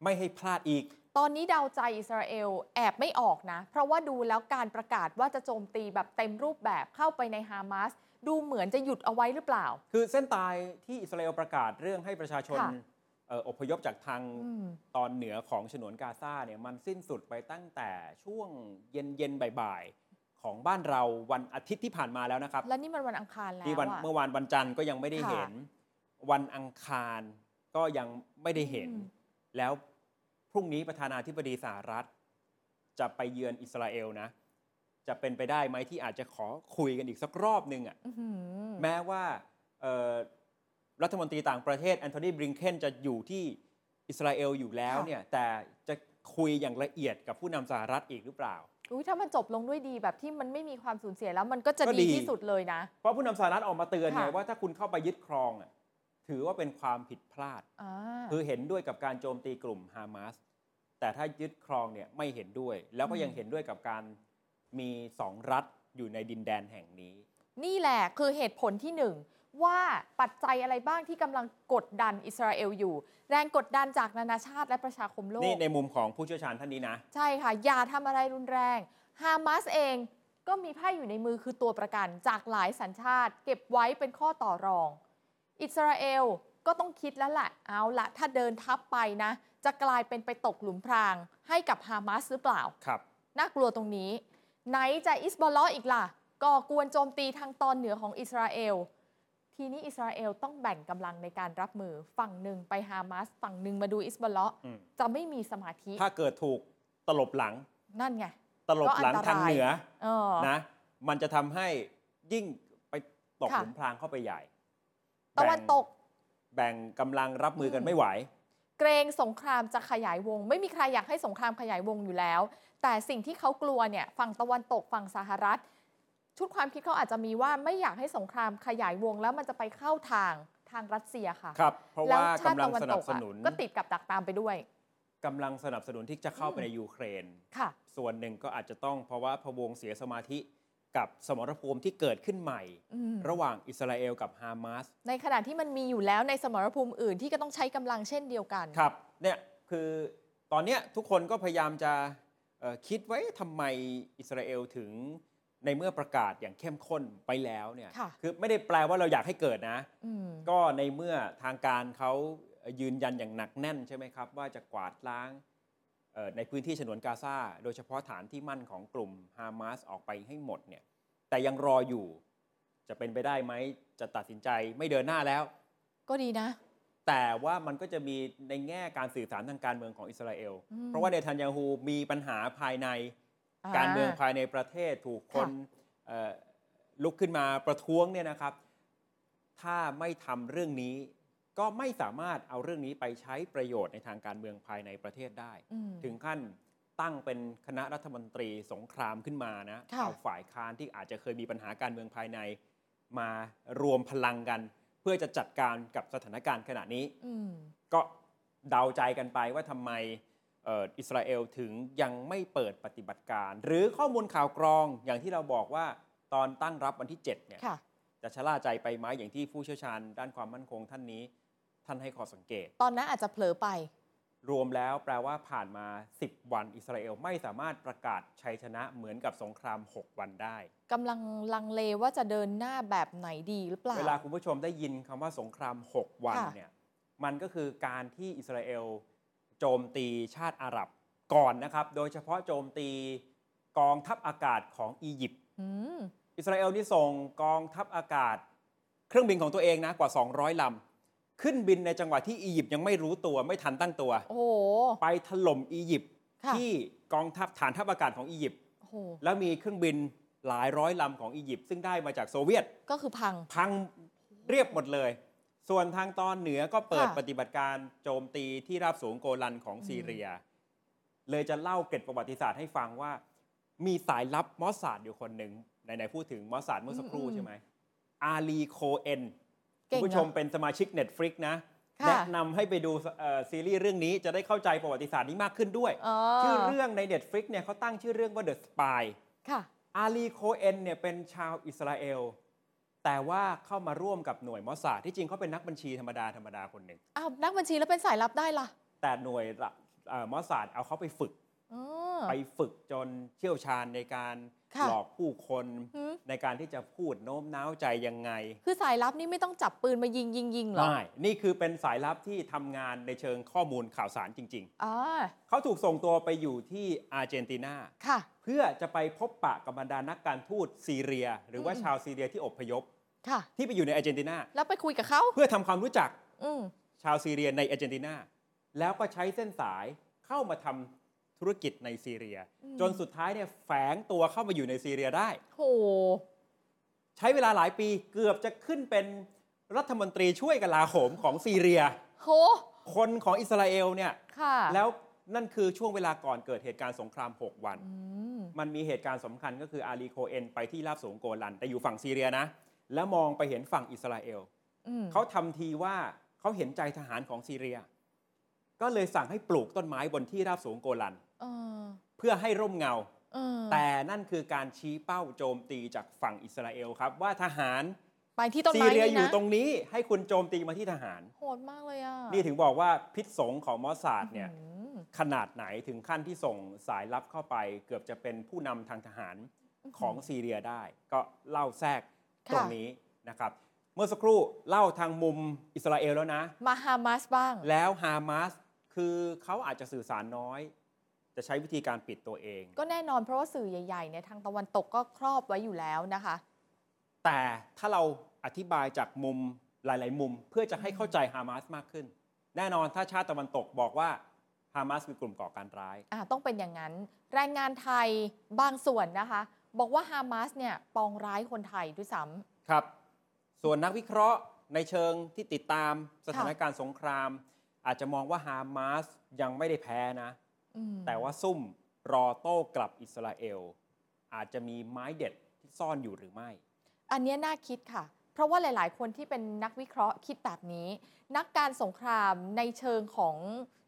ไม่ให้พลาดอีก ตอนนี้เดาใจอิสราเอลแอบไม่ออกนะ เพราะว่าดูแล้วการประกาศว่าจะโจมตีแบบเต็มรูปแบบเข้าไปในฮามาสดูเหมือนจะหยุดเอาไว้หรือเปล่า คือเส้นตายที่อิสราเอลประกาศเรื่องให้ประชาชน ค่ะ เอ่ออพยพจากทาง อืม ตอนเหนือของฉนวนกาซาเนี่ยมันสิ้นสุดไปตั้งแต่ช่วงเย็นเย็นๆบ่ายๆของบ้านเราวันอาทิตย์ที่ผ่านมาแล้วนะครับ แล้วนี่มันวันอังคารแล้ว ที่วัน อะ เมื่อวานวันจันทร์ก็ยังไม่ได้เห็น วันอังคารก็ยังไม่ได้เห็น อืม แล้วพรุ่งนี้ประธานาธิบดีสหรัฐ จะไปเยือนอิสราเอลนะ จะเป็นไปได้ไหมที่อาจจะขอคุยกันอีกสักรอบหนึ่งอะ อื้อหือ แม้ว่าเอ่อรัฐมนตรีต่างประเทศแอนโทนีบริงเคนจะอยู่ที่อิสราเอลอยู่แล้วเนี่ยแต่จะคุยอย่างละเอียดกับผู้นำสหรัฐอีกหรือเปล่า อุ๊ยถ้ามันจบลงด้วยดีแบบที่มันไม่มีความสูญเสียแล้วมันก็จะ ก็ดี ดีที่สุดเลยนะ เพราะผู้นำสหรัฐออกมาเตือนไง ค่ะ ว่าถ้าคุณเข้าไปยึดครองอะถือว่าเป็นความผิดพลาด อ่า คือเห็นด้วยกับการโจมตีกลุ่มฮามาสแต่ถ้ายึดครองเนี่ยไม่เห็นด้วย แล้วก็ยังเห็นด้วยกับการมีสองรัฐอยู่ในดินแดนแห่งนี้ นี่แหละคือเหตุผลที่หนึ่งว่าปัจจัยอะไรบ้างที่กำลังกดดันอิสราเอลอยู่ แรงกดดันจากนานาชาติและประชาคมโล นี่ ก ในมุมของผู้เชี่ยวชาญท่านนี้นะ ใช่ค่ะ อย่าทำอะไรรุนแรงฮามาสเองก็มีไพ่อยู่ในมือคือตัวประกันจากหลายสัญชาติ เก็บไว้เป็นข้อต่อรอง อิสราเอลก็ต้องคิดแล้วแหละเอาละถ้าเดินทับไปนะ จะกลายเป็นไปตกหลุมพรางให้กับฮามาสหรือเปล่า ครับ น่ากลัวตรงนี้ ไหนจะอิสบอลออีกล่ะ ก่อกวนโจมตีทางตอนเหนือของอิสราเอล ทีนี้อิสราเอลต้องแบ่งกำลังในการรับมือ ฝั่งหนึ่งไปฮามาส ฝั่งหนึ่งมาดูอิสบอลอ อืม จะไม่มีสมาธิ ถ้าเกิดถูกตลบหลัง นั่นไง ตลบหลัง ก็อันตราย ทางเหนือ เออ นะ มันจะทำให้ยิ่งไปตก ค่ะ หลุมพรางเข้าไปใหญ่ ตะวันตก แบ่งแบ่งกำลังรับมือกันไม่ไหว เกรงสงครามจะขยายวง ไม่มีใครอยากให้สงครามขยายวงอยู่แล้ว แต่สิ่งที่เขากลัวเนี่ยฝั่งตะวันตกฝั่งสหรัฐ ชุดความคิดเขาอาจจะมีว่าไม่อยากให้สงครามขยายวง แล้วมันจะไปเข้าทางทางรัสเซียค่ะ ครับ เพแล้วราะ่าชากวำ ติ ลัง ตะวัน สนั ต บ ก ส อะ นุน ก็ติดกับดักตามไปด้วย กำลังสนับสนุนที่จะเข้าไป อืม ในยูเครน ค่ะ ส่วนหนึ่งก็อาจจะต้องเพราะว่าพะวงเสียสมาธิกับสมรภูมิที่เกิดขึ้นใหม่ อืม ระหว่างอิสราเอลกับฮามาส ในขณะที่มันมีอยู่แล้วในสมรภูมิอื่นที่ก็ต้องใช้กำลังเช่นเดียวกัน ครับเนี่ยคือตอนเนี้ยทุกคนก็พยายามจะเอ่อคิดไว้ทำไมอิสราเอลถึงในเมื่อประกาศอย่างเข้มข้นไปแล้วเนี่ย ค่ะ อไม่ได้แปลว่าเราอยากให้เกิดนะ อืม ก็ในเมื่อทางการเขายืนยันอย่างหนักแน่นใช่ไหมครับ ว่าจะกวาดล้างเอ่อในพื้นที่ฉนวนกาซาโดยเฉพาะฐานที่มั่นของกลุ่มฮามาสออกไปให้หมดเนี่ยแต่ยังรออยู่ จะเป็นไปได้ไหมจะตัดสินใจไม่เดินหน้าแล้ว ก็ดีนะ แต่ว่ามันก็จะมีในแง่การสื่อสารทางการเมืองของอิสราเอล อืม เพราะว่าเนทันยาฮูมีปัญหาภายในการเมืองภายในประเทศถูกคน ค่ะ เอ่อลุกขึ้นมาประท้วงเนี่ยนะครับ ถ้าไม่ทำเรื่องนี้ ก็ไม่สามารถเอาเรื่องนี้ไปใช้ประโยชน์ในทางการเมืองภายในประเทศได้ อืม ถึงขั้นตั้งเป็นคณะรัฐมนตรีสงครามขึ้นมานะ ค่ะ เอาฝ่ายค้านที่อาจจะเคยมีปัญหาการเมืองภายใน มารวมพลังกัน เพื่อจะจัดการกับสถานการณ์ขณะนี้ อืม ก็เดาใจกันไปว่าทำไมเอ่ออิสราเอลถึงยังไม่เปิดปฏิบัติการ หรือข้อมูลข่าวกรองอย่างที่เราบอกว่าตอนตั้งรับวันที่7เนี่ย ค่ะ จะชะล่าใจไปไหมอย่างที่ผู้เชี่ยวชาญด้านความมั่นคงท่านนี้ ท่านให้ข้อสังเกต ตอนนั้นอาจจะเผลอไป รวมแล้วแปลว่าผ่านมา 10 วันอิสราเอลไม่สามารถประกาศชัยชนะเหมือนกับสงคราม 6 วันได้ กำลังลังเลว่าจะเดินหน้าแบบไหนดีหรือเปล่า เวลาคุณผู้ชมได้ยินคำว่าสงคราม 6 วัน ค่ะ เนี่ยมันก็คือการที่อิสราเอลโจมตีชาติอาหรับก่อนนะครับ โดยเฉพาะโจมตีกองทัพอากาศของอียิปต์ อืม อิสราเอลนี่ส่งกองทัพอากาศ เครื่องบินของตัวเองนะกว่า 200 ลำ ขึ้นบินในจังหวะที่อียิปต์ยังไม่รู้ตัวไม่ทันตั้งตัว โอ้โห ไปถล่มอียิปต์ ค่ะ ที่กองทัพฐานทัพอากาศของอียิปต์ โอ้โห แล้วมีเครื่องบินหลายร้อยลำของอียิปต์ซึ่งได้มาจากโซเวียต ก็คือพัง พังเรียบหมดเลย ส่วนทางตอนเหนือก็เปิด ค่ะ ปฏิบัติการโจมตีที่ราบสูงโกลันของซีเรีย เลยจะเล่าเกร็ดประวัติศาสตร์ให้ฟังว่า มีสายลับมอสซาดอยู่คนหนึ่งไหนๆพูดถึงมอสซาดเมื่อสักครู่ อืมอืม ใช่ไหมอาลีโคเอ็น เก่ คุ ง ณผู้ชม เนอะ เป็นสมาชิก Netflix นะ ค่ะ แนะนำให้ไปดูเอ่อซีรีส์เรื่องนี้จะได้เข้าใจประวัติศาสตร์นี้มากขึ้นด้วย อ๋อ ชื่อเรื่องใน Netflix เนี่ยเขาตั้งชื่อเรื่องว่า The Spy ค่ะ อาลีโคเอนเนี่ยเป็นชาวอิสราเอล แต่ว่าเข้ามาร่วมกับหน่วยมอสซาดที่จริงเขาเป็นนักบัญชีธรรมดาธรรมดาคนหนึ่ง อ้าว นักบัญชีแล้วเป็นสายลับได้ล่ะ แต่หน่วยละเอ่อมอสซาดเอาเขาไปฝึก อ๋อ ไปฝึกจนเชี่ยวชาญในการ ค่ะ หลอกผู้คน หืม ในการที่จะพูดโน้มน้าวใจยังไง คือสายลับนี่ไม่ต้องจับปืนมายิงยิงยิงเหรอ ไม่นี่คือเป็นสายลับที่ทำงานในเชิงข้อมูลข่าวสารจริง อ๋อ ๆ เขาถูกส่งตัวไปอยู่ที่อาร์เจนตินา ค่ะ เพื่อจะไปพบปะกับบรรดานักการทูตซีเรีย หรือว่า อืม ชาวซีเรียที่อพยพ ค่ะ ที่ไปอยู่ในอาร์เจนตินา แล้วไปคุยกับเขา เพื่อทำความรู้จัก อืม ชาวซีเรียในอาร์เจนตินา แล้วก็ใช้เส้นสายเข้ามาทำธุรกิจในซีเรีย อืม จนสุดท้ายเนี่ยแฝงตัวเข้ามาอยู่ในซีเรียได้ โห ใช้เวลาหลายปีเกือบจะขึ้นเป็นรัฐมนตรีช่วยกลาโหมของซีเรีย โห คนของอิสราเอลเนี่ย ค่ะ แล้วนั่นคือช่วงเวลาก่อนเกิดเหตุการณ์สงคราม 6 วัน อืม มันมีเหตุการณ์สำคัญก็คืออาลีโคเอนไปที่ราบสูงโกลัน แต่อยู่ฝั่งซีเรียนะ แล้วมองไปเห็นฝั่งอิสราเอล อืม เขาทำทีว่าเขาเห็นใจทหารของซีเรีย ก็เลยสั่งให้ปลูกต้นไม้บนที่ราบสูงโกลัน เออ เพื่อให้ร่มเงา เออ แต่นั่นคือการชี้เป้าโจมตีจากฝั่งอิสราเอลครับ ว่าทหาร ไปที่ต้น ซี ไม้ เรีย นี่ อยู่ นะ ตรงนี้ ให้คุณโจมตีมาที่ทหาร โหดมากเลยอ่ะ นี่ถึงบอกว่าพิษสงของมอสซาดเนี่ย อืม ขนาดไหนถึงขั้นที่ส่งสายลับเข้าไป เกือบจะเป็นผู้นำทางทหารของซีเรียได้ ก็เล่าแทรกตรง ค่ะ นี้นะครับ เมื่อสักครู่เล่าทางมุมอิสราเอลแล้วนะ มาฮามาสบ้าง แล้วฮามาสคือเขาอาจจะสื่อสารน้อย จะใช้วิธีการปิดตัวเอง ก็แน่นอนเพราะว่าสื่อใหญ่ๆเนี่ยทางตะวันตกก็ครอบไว้อยู่แล้วนะคะ แต่ถ้าเราอธิบายจากมุมหลาย ๆ มุม เพื่อจะให้เข้าใจฮามาสมากขึ้น แน่นอนถ้าชาติตะวันตกบอกว่าฮามาสคือกลุ่มก่อการร้าย อ่าต้องเป็นอย่างนั้น แรงงานไทยบางส่วนนะคะ บอกว่าฮามาสเนี่ยปองร้ายคนไทยด้วยซ้ ครับ ส่วนนักวิเคราะห์ในเชิงที่ติดตามสถานการณ์สงคราม อาจจะมองว่าฮามาสยังไม่ได้แพ้นะ ำอืม แต่ว่าซุ่มรอโต้กลับอิสราเอล อาจจะมีไม้เด็ดที่ซ่อนอยู่หรือไม่ อันเนี้ยน่าคิดค่ะ เพราะว่าหลายๆ คนที่เป็นนักวิเคราะห์คิดแบบนี้ นักการสงครามในเชิงของ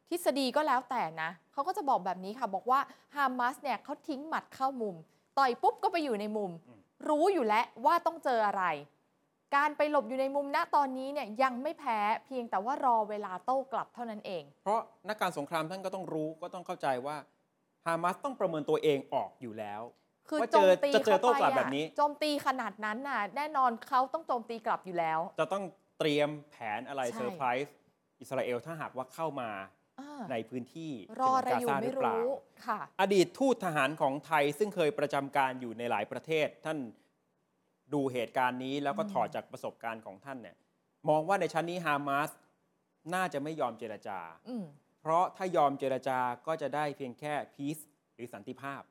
ทฤษฎีก็แล้วแต่นะเขาก็จะบอกแบบนี้ค่ะ บอกว่าฮามาสเนี่ยเขาทิ้งหมัดเข้ามุม ต่อยปุ๊บก็ไปอยู่ในมุม อืม รู้อยู่แล้วว่าต้องเจออะไร การไปหลบอยู่ในมุมณตอนนี้เนี่ยยังไม่แพ้เพียงแต่ว่ารอเวลาโต้กลับเท่านั้นเอง เพราะนักการสงครามท่านก็ต้องรู้ก็ต้องเข้าใจว่าฮามาสต้องประเมินตัวเองออกอยู่แล้ว คือ ว่า โจมเจอ ตี จะเจอโต้กลับ ข้าไปะ แบบนี้ โจมตีขนาดนั้นน่ะ แน่นอนเขาต้องโจมตีกลับอยู่แล้ว จะต้องเตรียมแผนอะไร ใช่ เซอร์ไพรส์อิสราเอลถ้าหากว่าเข้ามา อ่า ในพื้นที่ รออะไร ถึองกายู่ ซาห ไม่ รือเปล่า รู้ค่ะ อดีตทูตทหารของไทยซึ่งเคยประจำการอยู่ในหลายประเทศ ท่านดูเหตุการณ์นี้แล้วก็ อืม ถอดจากประสบการณ์ของท่านเนี่ยมองว่าในชั้นนี้ฮามาสน่าจะไม่ยอมเจรจา อืม เพราะถ้ายอมเจรจาก็จะได้เพียงแค่พีซหรือสันติภาพ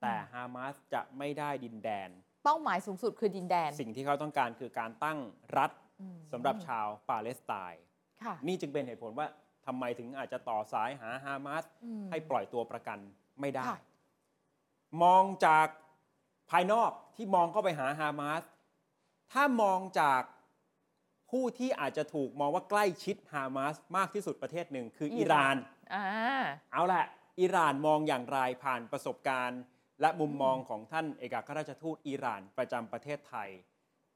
แต่ อืม ฮามาสจะไม่ได้ดินแดน เป้าหมายสูงสุดคือดินแดน สิ่งที่เขาต้องการคือการตั้งรัฐ อืม สำหรับชาวปาเลสไตน์ ค่ะ นี่จึงเป็นเหตุผลว่าทำไมถึงอาจจะต่อสายหาฮามาส อืม ให้ปล่อยตัวประกันไม่ได้ ค่ะ มองจากภายนอกที่มองเข้าไปหาฮามาสถ้ามองจากผู้ที่อาจจะถูกมองว่าใกล้ชิดฮามาสมากที่สุดประเทศหนึ่งคืออิหร่าน อ่า เอาละอิหร่านมองอย่างไรผ่านประสบการณ์ และมุมมองของท่านเอกอัครราชทูตอิหร่านประจำประเทศไทย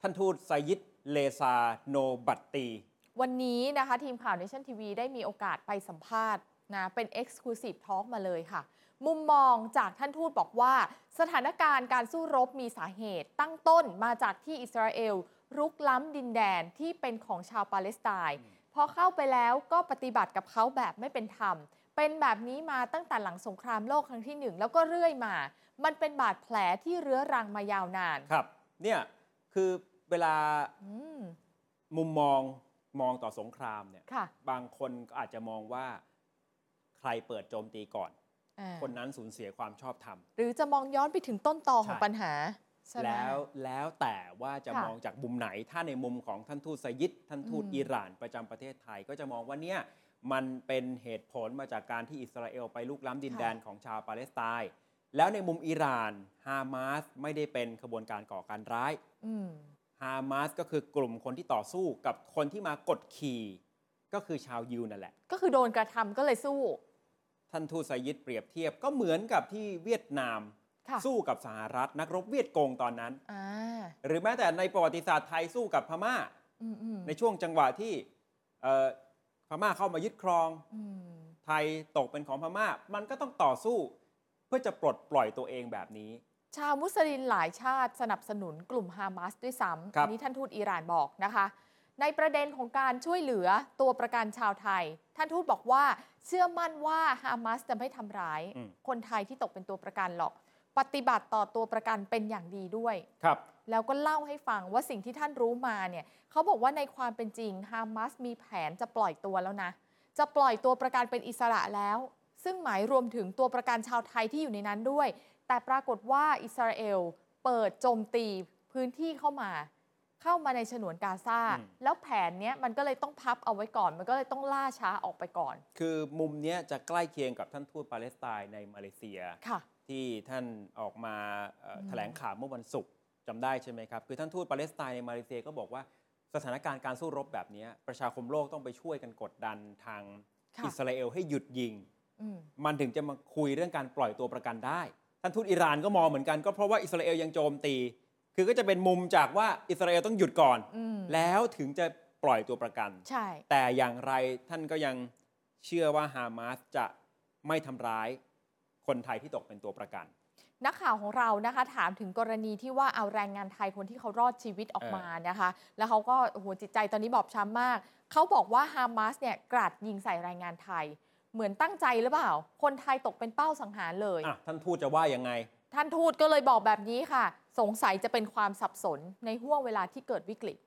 ท่านทูตไซยิดเลซาโนบัตตี วันนี้นะคะทีมข่าว Nation TV ได้มีโอกาสไปสัมภาษณ์นะเป็น Exclusive Talk มาเลยค่ะ มุมมองจากท่านทูตบอกว่า สถานการณ์การสู้รบมีสาเหตุ ตั้งต้นมาจากที่อิสราเอล รุกล้ำดินแดนที่เป็นของชาวปาเลสไตน์พอเข้าไปแล้วก็ปฏิบัติกับเขาแบบไม่เป็นธรรม เป็นแบบนี้มาตั้งแต่หลังสงครามโลกครั้งที่หนึ่งแล้วก็เรื่อยมา มันเป็นบาดแผลที่เรื้อรังมายาวนาน ครับ เนี่ยคือเวลา อืม มุมมองมองต่อสงครามเนี่ย ค่ะ บางคนก็อาจจะมองว่าใครเปิดโจมตีก่อน อ่า คนนั้นสูญเสียความชอบธรรม หรือจะมองย้อนไปถึงต้นตอของ ใช่ ปัญหาใช่ไหม แล้วแล้วแต่ว่าจะ ค่ะ มองจากมุมไหน ถ้าในมุมของท่านทูตสยิดท่านทูต อืม อิหร่านประจำประเทศไทยก็จะมองว่าเนี่ยมันเป็นเหตุผลมาจากการที่อิสราเอลไปลุกล้ำดินแดนของชาวปาเลสไตน์แล้วในมุมอิหร่านฮามาสไม่ได้เป็นขบวนการก่อการร้าย อืม ฮามาสก็คือกลุ่มคนที่ต่อสู้กับคนที่มากดขี่ ก็คือชาวยิวนั่นแหละ ก็คือโดนกระทำก็เลยสู้ ท่านทูตสยิดเปรียบเทียบก็เหมือนกับที่เวียดนาม ค่ะ สู้กับสหรัฐ นักรบเวียดกงตอนนั้น อ่า หรือแม้แต่ในประวัติศาสตร์ไทยสู้กับพม่า อืมอืม ในช่วงจังหวะที่เอ่อพม่าเข้ามายึดครอง อืม ไทยตกเป็นของพม่า มันก็ต้องต่อสู้ เพื่อจะปลดปล่อยตัวเองแบบนี้ ชาวมุสลิมหลายชาติสนับสนุนกลุ่มฮามาสด้วยซ้ำ ครับ อันนี้ท่านทูตอิหร่านบอกนะคะ ในประเด็นของการช่วยเหลือตัวประกันชาวไทย ท่านทูตบอกว่าเชื่อมั่นว่าฮามาสจะไม่ทำร้าย อืม คนไทยที่ตกเป็นตัวประกันหรอก ปฏิบัติต่อตัวประกันเป็นอย่างดีด้วย ครับ แล้วก็เล่าให้ฟังว่าสิ่งที่ท่านรู้มาเนี่ยเขาบอกว่าในความเป็นจริงฮามาสมีแผนจะปล่อยตัวแล้วนะ จะปล่อยตัวประกันเป็นอิสระแล้ว ซึ่งหมายรวมถึงตัวประกันชาวไทยที่อยู่ในนั้นด้วย แต่ปรากฏว่าอิสราเอลเปิดโจมตีพื้นที่เข้ามา เข้ามาในฉนวนกาซา อืม แล้วแผนเนี้ยมันก็เลยต้องพับเอาไว้ก่อน มันก็เลยต้องล่าช้าออกไปก่อน คือมุมเนี้ยจะใกล้เคียงกับท่านทูตปาเลสไตน์ในมาเลเซีย ค่ะ ที่ท่านออกมาเอ่อ อืม แถลงข่าวเมื่อวันศุกร์จำได้ใช่ไหมครับ คือท่านทูตปาเลสไตน์ในมาเลเซียก็บอกว่าสถานการณ์การสู้รบแบบเนี้ยประชาคมโลกต้องไปช่วยกันกดดันทาง ค่ะ อิสราเอลให้หยุดยิง อืม มันถึงจะมาคุยเรื่องการปล่อยตัวประกันได้ ท่านทูตอิหร่านก็มองเหมือนกันก็เพราะว่าอิสราเอลยังโจมตี คือก็จะเป็นมุมจากว่าอิสราเอลต้องหยุดก่อน อืม แล้วถึงจะปล่อยตัวประกัน ใช่ แต่อย่างไรท่านก็ยังเชื่อว่าฮามาสจะไม่ทำร้ายคนไทยที่ตกเป็นตัวประกัน นักข่าวของเรานะคะ ถามถึงกรณีที่ว่าเอาแรงงานไทยคนที่เขารอดชีวิตออก เออ มานะคะ แล้วเขาก็โอ้โหจิตใจตอนนี้บอบช้ำมาก เขาบอกว่าฮามาสเนี่ยกราดยิงใส่แรงงานไทย เหมือนตั้งใจหรือเปล่า คนไทยตกเป็นเป้าสังหารเลย อ่ะท่านทูตจะว่ายังไง ท่านทูตก็เลยบอกแบบนี้ค่ะ สงสัยจะเป็นความสับสนในห่วงเวลาที่เกิดวิกฤต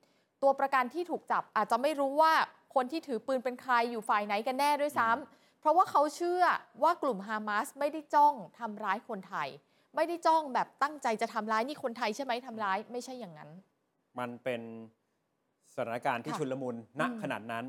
ตัวประกันที่ถูกจับอาจจะไม่รู้ว่าคนที่ถือปืนเป็นใครอยู่ฝ่ายไหนกันแน่ด้วยซ้ำเพราะว่าเขาเชื่อว่ากลุ่มฮามาสไม่ได้จ้องทำร้ายคนไทย ไม่ได้จ้องแบบตั้งใจจะทำร้ายนี่คนไทยใช่ไหมทำร้ายไม่ใช่อย่างนั้น มันเป็นสถานการณ์ที่ ค่ะ ชุลมุนณ อืม ขนาดนั้น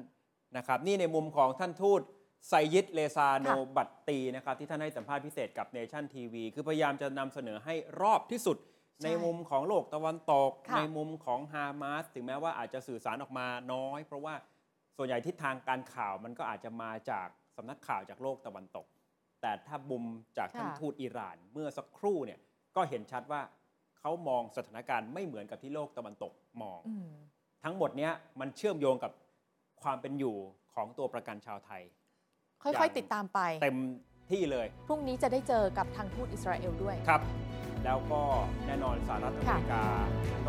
นะครับ นี่ในมุมของท่านทูตไซยิดเลซาโน ค่ะ บัตตีนะครับ ที่ท่านให้สัมภาษณ์พิเศษกับเนชั่นทีวีคือพยายามจะนำเสนอให้รอบที่สุด ในมุมของโลกตะวันตก ค่ะ ในมุมของฮามาสถึงแม้ว่าอาจจะสื่อสารออกมาน้อย เพราะว่าส่วนใหญ่ทิศทางการข่าวมันก็อาจจะมาจากสำนักข่าวจากโลกตะวันตก แต่ถ้าบุมจากท่าน ค่ะ ทูตอิหร่านเมื่อสักครู่เนี่ยก็เห็นชัดว่าเขามองสถานการณ์ไม่เหมือนกับที่โลกตะวันตกมอง อืม ทั้งหมดเนี้ยมันเชื่อมโยงกับความเป็นอยู่ของตัวประกันชาวไทย ค่ อ อย ย่าง ๆ ติดตามไป เต็มที่เลย พรุ่งนี้จะได้เจอกับทางทูตอิสราเอลด้วย ครับ แล้วก็แน่นอนสหรัฐอเมริกาก็